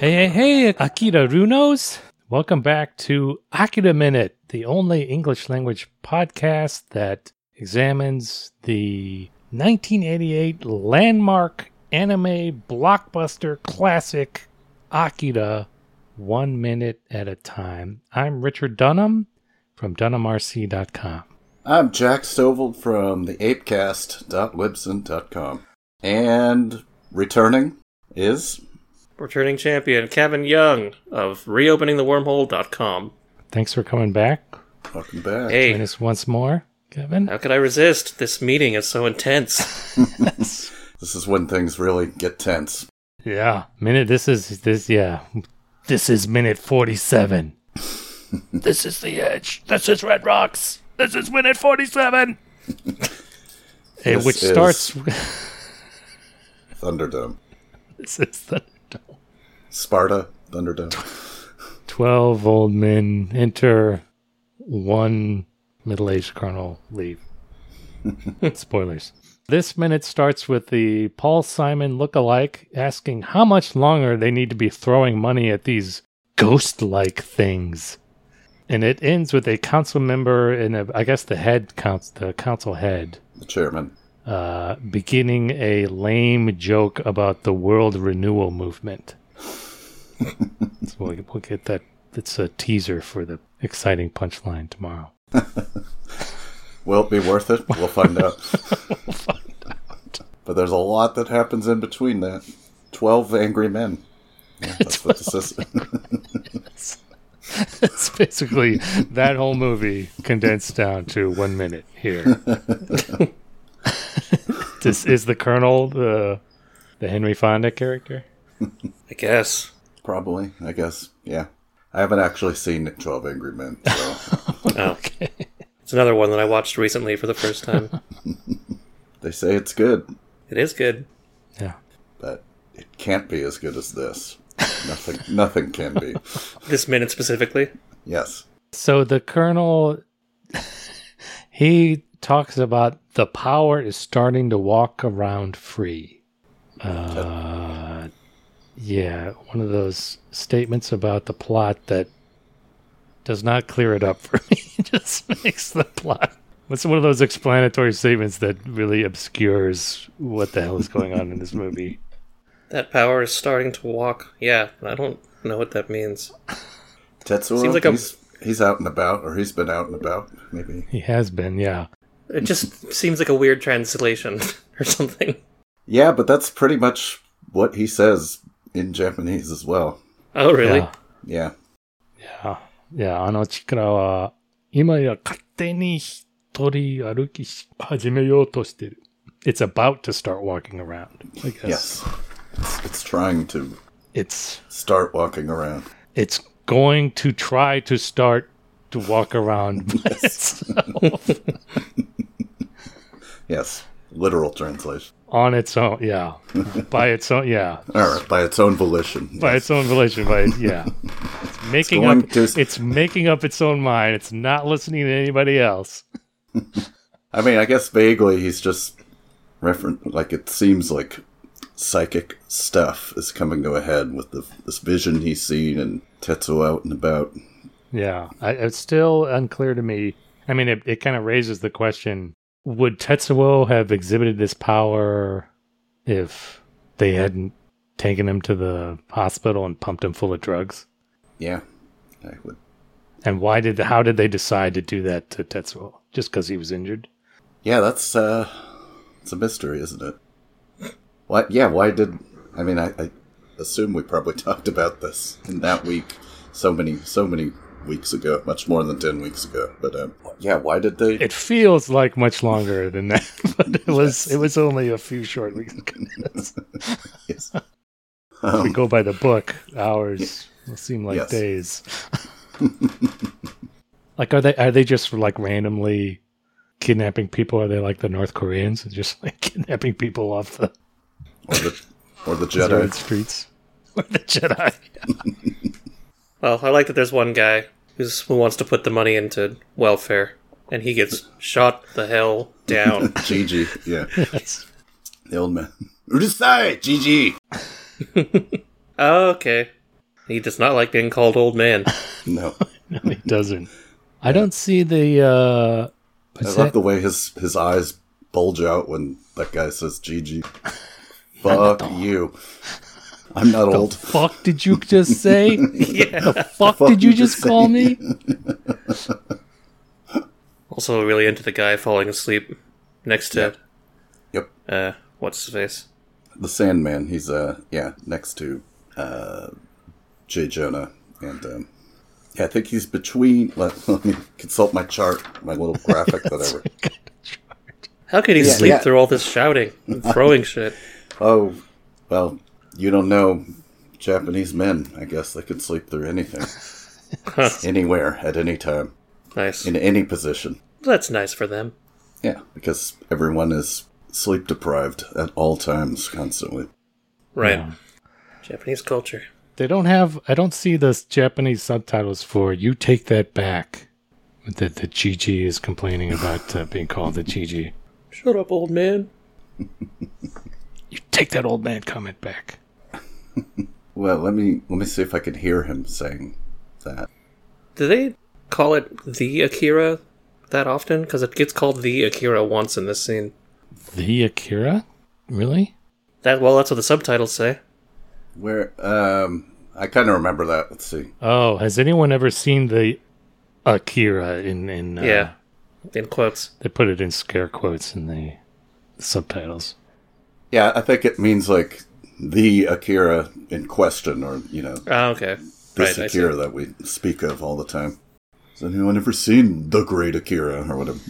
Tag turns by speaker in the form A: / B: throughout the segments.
A: Hey, hey, hey, Akira Runos. Welcome back to Akira Minute, the only English language podcast that examines the 1988 landmark anime blockbuster classic Akira one minute at a time. I'm Richard Dunham from dunhamrc.com.
B: I'm Jack Stovall from the apecast.libsen.com. And returning is
C: Returning champion Kevin Young of reopeningthewormhole.com.
A: Thanks for coming back.
B: welcome back.
A: Join
C: Hey,
A: us once more, Kevin.
C: how could I resist? This meeting is so intense.
B: This is when things really get tense.
A: Yeah, minute. This is this. Yeah, this is minute forty-seven. this is the edge. This is Red Rocks. This is minute forty-seven. Eh,
B: This
A: which
B: is-
A: starts. with-
B: Thunderdome.
A: this is the
B: Sparta, Thunderdome.
A: twelve old men enter. One middle-aged colonel leave. Spoilers. This minute starts with the Paul Simon look-alike asking how much longer they need to be throwing money at these ghost like things. And it ends with a council member and a, I guess the head council, the council head,
B: The chairman.
A: uh, beginning a lame joke about the world renewal movement. so we'll, we'll get that. It's a teaser for the exciting punchline tomorrow.
B: Will it be worth it? We'll find out. But there's a lot that happens in between that. Twelve angry men. Yeah, that's what this is.
A: It's basically that whole movie condensed down to one minute here. this is the Colonel, the the Henry Fonda character.
C: I guess.
B: Probably, I guess. Yeah. I haven't actually seen Twelve Angry Men, so
C: Oh. It's another one that I watched recently for the first time.
B: they say it's good,
C: it is good.
A: Yeah.
B: but it can't be as good as this. Nothing nothing can be.
C: This minute specifically.
B: Yes.
A: So the colonel, he talks about the power is starting to walk around free. Uh, yeah, one of those statements about the plot that does not clear it up for me. It just makes the plot. It's one of those explanatory statements that really obscures what the hell is going on in this movie.
C: That power is starting to walk. Yeah, I don't know what that means.
B: Tetsuo,
C: Seems like a-
B: he's, he's out and about, or he's been out and about, maybe.
A: He has been, yeah.
C: It just seems like a weird translation or something.
B: Yeah, but that's pretty much what he says in Japanese as well.
C: Oh, really?
A: Yeah.
B: Yeah.
A: いや、あの力は、今や勝手に一人歩きし始めようとしてる。It's about to start walking around, I guess.
B: Yes. It's, it's trying to
A: It's,
B: start walking around.
A: it's going to try to start to walk around by itself.
B: Yes. Literal translation.
A: on its own, yeah. By its own, yeah.
B: Or by its own volition.
A: By its own volition, by, yeah. It's making
B: going
A: up,
B: to-
A: it's making up its own mind. It's not listening to anybody else.
B: I mean, I guess vaguely he's just referent like it seems like psychic stuff is coming to a head with the, this vision he's seen and Tetsuo out and about.
A: Yeah, I, it's still unclear to me. I mean, it, it kind of raises the question would Tetsuo have exhibited this power if they hadn't taken him to the hospital and pumped him full of drugs?
B: Yeah. I would.
A: And why did how did they decide to do that to Tetsuo? Just because he was injured?
B: Yeah, that's uh it's a mystery, isn't it? Why yeah, why did I mean I, I assume we probably talked about this in that week so many so many weeks ago, much more than ten weeks ago. But um yeah, why did they
A: It feels like much longer than that, but it was it was only a few short weeks. if
B: yes.
A: we
B: um,
A: go by the book, hours will seem like
B: Yes.
A: days. Like, are they are they just like randomly kidnapping people? Are they like the North Koreans and just like kidnapping people off the
B: or the or the
A: deserted
B: Jedi.
A: streets? Or the Jedi?
C: Well, I like that there's one guy who's, who wants to put the money into welfare. and he gets shot the hell down.
B: Gigi, yeah.
A: Yes.
B: The old man. Urusai, Gigi!
C: Oh, okay. He does not like being called old man.
B: No.
A: No, he doesn't. I don't see the. uh
B: I
A: what's
B: love
A: that?
B: the way his, his eyes bulge out when that guy says Gigi. Fuck you. I'm not
A: The
B: old.
A: fuck did you just say?
C: yeah.
A: the fuck, did you just
B: say?
A: call me?
C: Also, really into the guy falling asleep next to,
B: Yep.
C: uh, what's his face?
B: The Sandman. He's, uh, yeah, next to, uh, J. Jonah. And, um, yeah, I think he's between. Let, let me consult my chart, my little graphic that I wrote.
C: How could he sleep
B: yeah.
C: through all this shouting and throwing shit?
B: Oh, well, you don't know Japanese men. I guess they could sleep through anything,
C: Huh.
B: anywhere, at any time,
C: Nice.
B: in any position.
C: That's nice for them.
B: Yeah, because everyone is sleep deprived at all times, constantly.
C: Right.
A: Yeah.
C: Japanese culture.
A: They don't have. I don't see the Japanese subtitles for "You Take That Back." That the Gigi is complaining about uh, being called the Gigi.
C: Shut up, old man.
A: You take that old man comment back.
B: Well, let me let me see if I can hear him saying that.
C: Do they call it the Akira that often? Because it gets called the Akira once in this scene.
A: The Akira, really?
C: That well, that's what the subtitles say.
B: Where um, I kind of remember that. Let's see.
A: Oh, has anyone ever seen the Akira in
B: Uh-huh.
A: in? Uh,
C: Yeah, in quotes.
A: they put it in scare quotes in the subtitles.
B: Yeah, I think it means like the Akira in question, or you know,
C: Ah, okay.
B: this
C: Right. I see.
B: Akira that we speak of all the time. Has anyone ever seen the Great Akira or whatever?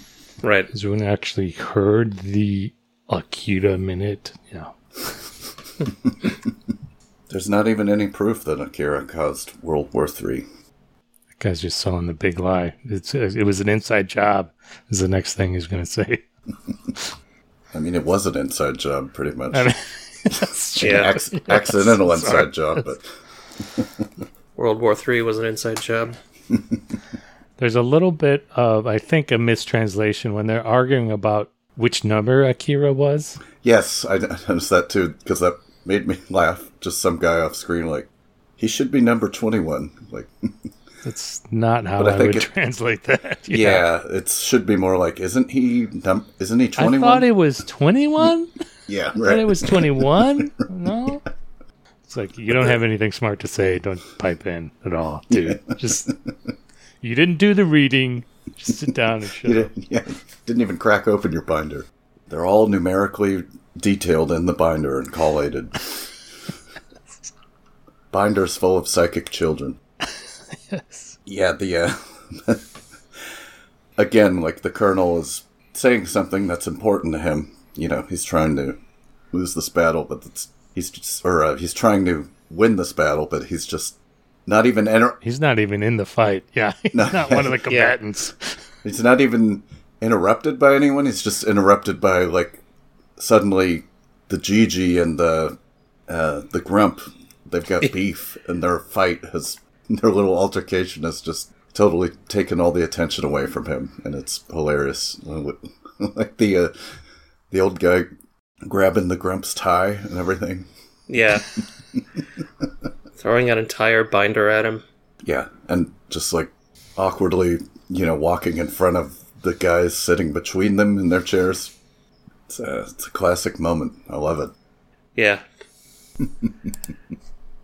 C: Right.
A: Has anyone actually heard the Akira minute? Yeah.
B: There's not even any proof that Akira caused World War III.
A: That guy's just selling the big lie. It's, it was an inside job, is the next thing he's going to say.
B: I mean, it was an inside job, pretty much.
A: I mean, that's true.
C: Yeah.
B: Acc- accidental inside job, but
C: World War Three was an inside job.
A: There's a little bit of, I think, a mistranslation when they're arguing about which number Akira was.
B: yes, I noticed that too because that made me laugh. Just some guy off screen, like he should be number twenty-one. Like,
A: That's not how
B: But I
A: I,
B: think
A: would
B: it-
A: translate that.
B: yeah, it should be more like, isn't he? Num- isn't he
A: I
B: twenty-one?
A: thought it was 21.
B: yeah,
A: I thought
B: right.
A: it was 21. No. It's like, you don't have anything smart to say. Don't pipe in at all, dude. Just, you didn't do the reading. Just sit down and shut
B: You
A: up.
B: didn't, yeah, didn't even crack open your binder. They're all numerically detailed in the binder and collated. Binder's full of psychic children.
A: Yes.
B: Yeah, the uh, again, like the colonel is saying something that's important to him. You know, he's trying to lose this battle, but it's, he's just, or uh, he's trying to win this battle, but he's just not even enter-
A: He's not even in the fight. Yeah. He's not one of the combatants.
B: He's not even interrupted by anyone. He's just interrupted by like suddenly the Gigi and the uh, the Grump. They've got beef, and their fight has their little altercation has just totally taken all the attention away from him, and it's hilarious. like the uh, the old guy grabbing the Grump's tie and everything.
C: Yeah. Throwing an entire binder at him.
B: Yeah, and just like awkwardly, you know, walking in front of the guys sitting between them in their chairs. It's a, it's a classic moment. I love it.
C: Yeah.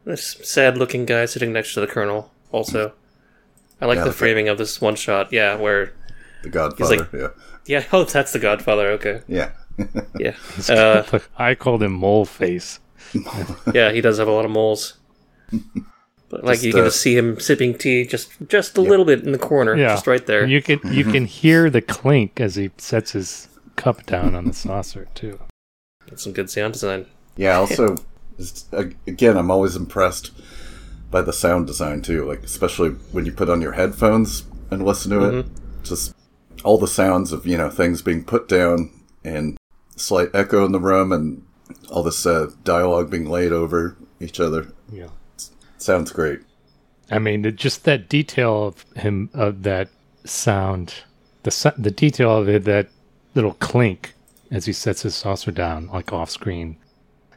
C: this sad looking guy sitting next to the colonel, also. I like
B: Yeah,
C: the
B: the-
C: framing of this one shot, yeah, where.
B: The Godfather.
C: like- Yeah, oh, that's the Godfather, okay.
B: yeah, yeah.
C: Yeah. Uh,
A: Look, I called him mole face.
C: yeah, he does have a lot of moles. But, like, you can
B: uh,
C: just see him sipping tea just just a little bit in the corner,
A: Yeah.
C: just right there.
A: You can you can hear the clink as he sets his cup down on the saucer too.
C: That's some good sound design.
B: yeah. Also, it's- ag- again, I'm always impressed by the sound design too. Like especially when you put on your headphones and listen to it, just all the sounds of you know things being put down and slight echo in the room and all this uh, dialogue being laid over each other.
A: Yeah.
B: Sounds great.
A: I mean, it, just that detail of him of that sound the su- the detail of it that little clink as he sets his saucer down like off screen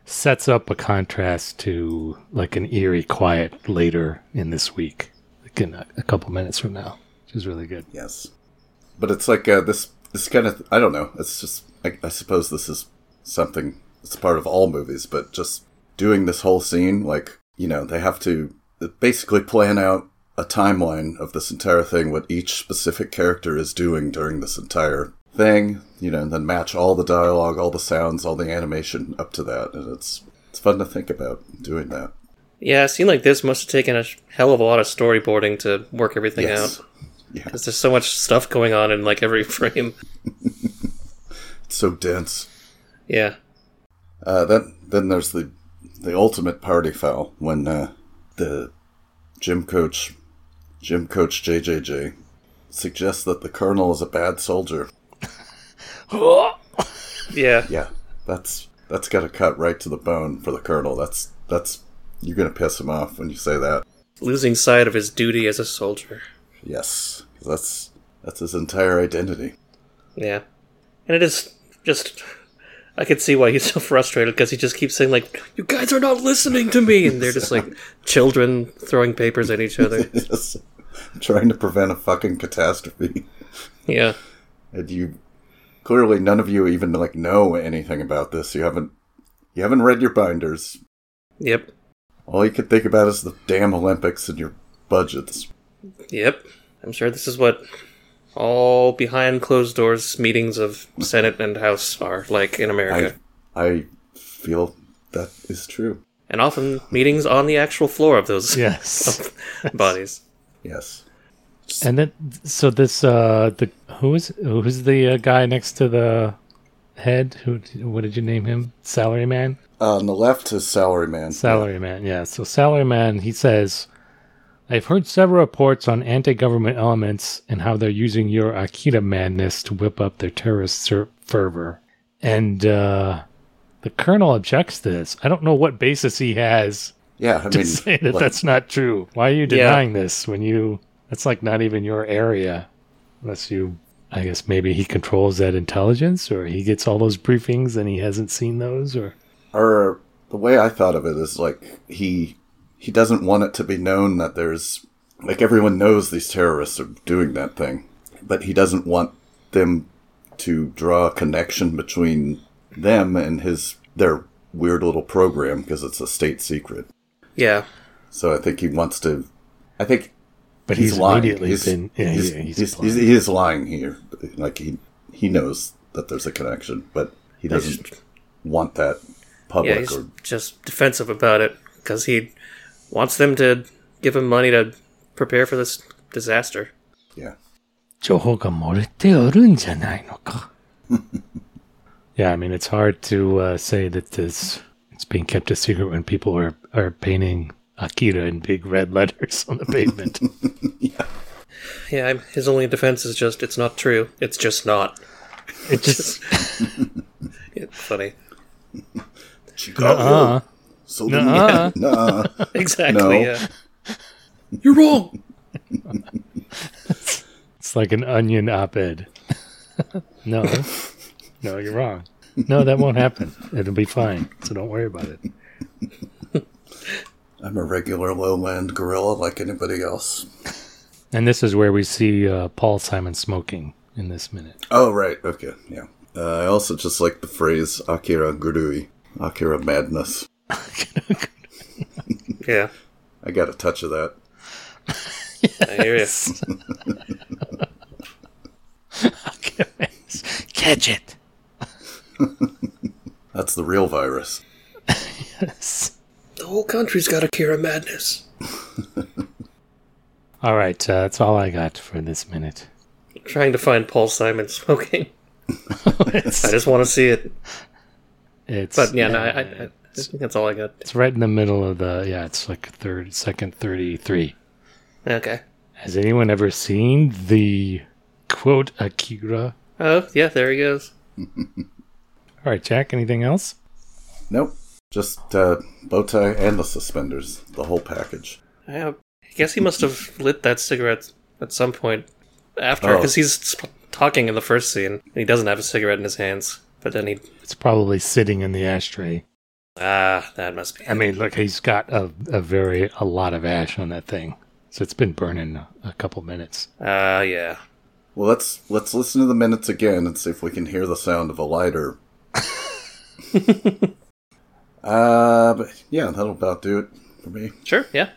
A: sets up a contrast to like an eerie quiet later in this week like in a, a couple minutes from now which is really good
B: Yes, but it's like uh, this. This kind of I don't know. It's just I, I suppose this is something. It's part of all movies, but just doing this whole scene, like you know, they have to basically plan out a timeline of this entire thing, what each specific character is doing during this entire thing, you know, and then match all the dialogue, all the sounds, all the animation up to that, and it's it's fun to think about doing that.
C: Yeah, it seemed like this must have taken a sh- hell of a lot of storyboarding to work everything
B: Yes,
C: out.
B: yeah,
C: Because there's so much stuff going on in like every frame.
B: it's so dense.
C: Yeah.
B: Uh, then then there's the the ultimate party foul when uh, the gym coach, gym coach JJJ, suggests that the colonel is a bad soldier.
C: Yeah.
B: Yeah, that's that's got to cut right to the bone for the colonel. That's that's you're gonna piss him off when you say that.
C: Losing sight of his duty as a soldier.
B: Yes, that's that's his entire identity.
C: Yeah. And it is just. I could see why he's so frustrated because he just keeps saying, like, you guys are not listening to me. And they're just like children throwing papers at each other.
B: Yes. Trying to prevent a fucking catastrophe,
C: Yeah.
B: and you clearly none of you even like know anything about this. You haven't you haven't read your binders.
C: Yep.
B: All you can think about is the damn Olympics and your budgets.
C: Yep. I'm sure this is what all behind closed doors meetings of Senate and House are like in America.
B: I I feel that is true.
C: and often meetings on the actual floor of those
A: yes
C: bodies.
B: Yes.
A: and then so this uh the who is who's the uh, guy next to the head who what did you name him salaryman
B: Uh, on the left is Salaryman.
A: Salaryman, yeah. So Salaryman, he says, I've heard several reports on anti government elements and how they're using your Akita madness to whip up their terrorist ser- fervor. And uh, the colonel objects to this. I don't know what basis he has
B: Yeah, I
A: to
B: mean,
A: say that
B: like,
A: that's not true. Why are you
C: Yeah.
A: denying this when you. That's like not even your area. Unless you. I guess maybe he controls that intelligence or he gets all those briefings and he hasn't seen those or.
B: or the way I thought of it is like he he doesn't want it to be known that there's like everyone knows these terrorists are doing that thing, but he doesn't want them to draw a connection between them and his their weird little program because it's a state secret.
C: Yeah.
B: So I think he wants to. I think
A: But
B: he's,
A: he's,
B: lying.
A: immediately
B: he's,
A: been. Yeah,
B: he's,
A: yeah, he's
B: he's-
A: lying.
B: he is lying here. Like he he knows that there's a connection, but he doesn't want that
C: Yeah,
B: public.
C: he's
B: or
C: just defensive about it because he wants them to give him money to prepare for this disaster.
B: yeah,
A: 저호가 뭐를 때어른 자나이노까? yeah, I mean it's hard to uh, say that this it's being kept a secret when people are are painting Akira in big red letters on the pavement.
C: Yeah, I'm, his only defense is just it's not true. It's just not.
A: it just
C: It's funny.
B: Chicago.
A: uh,
B: So
A: Nuh-uh.
B: Nuh-uh.
C: Exactly.
B: No.
C: Yeah. You're wrong.
A: it's like an onion op-ed. no, no, you're wrong. No, that won't happen. It'll be fine. So don't worry about it.
B: I'm a regular lowland gorilla like anybody else.
A: And this is where we see uh, Paul Simon smoking in this minute.
B: Oh right, okay, yeah. Uh, I also just like the phrase Akira Gurui, Akira madness.
C: Yeah.
B: I got a touch of that.
C: I hear you.
A: Catch it.
B: That's the real virus.
C: The whole country's got a Kira madness.
A: All right, uh, that's all I got for this minute.
C: trying to find Paul Simon smoking. I just want to see it.
A: It's
C: But yeah, no, I, I, I
A: it's,
C: think that's all I got.
A: it's right in the middle of the yeah. It's like third, second, thirty-three.
C: Okay.
A: Has anyone ever seen the quote Akira?
C: Oh, yeah, there he goes.
A: All right, Jack. Anything else?
B: Nope, just uh, bow tie and the suspenders, the whole package.
C: I, uh, I guess he must have lit that cigarette at some point after,
B: Oh.
C: because he's sp- talking in the first scene, and he doesn't have a cigarette in his hands. But then he,
A: It's probably sitting in the ashtray.
C: ah, that must be.
A: I mean, look, he's got a, a very a lot of ash on that thing, so it's been burning a, a couple minutes.
C: ah, yeah.
B: Well, let's let's listen to the minutes again and see if we can hear the sound of a lighter. uh, but yeah, that'll about do it for me.
C: Sure, yeah.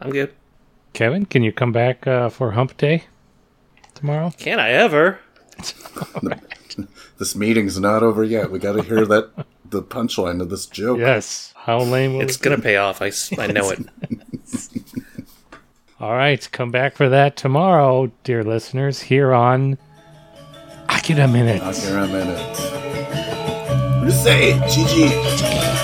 C: I'm good.
A: Kevin, can you come back uh, for Hump Day tomorrow?
C: Can I ever?
B: This meeting's not over yet. We got to hear that the punchline of this joke.
A: Yes. How lame was
C: It's gonna pay off. I, s- I know it.
A: All right, come back for that tomorrow, dear listeners, here on I Get a Minute.
B: I'll hear a minute. What do you say, GG?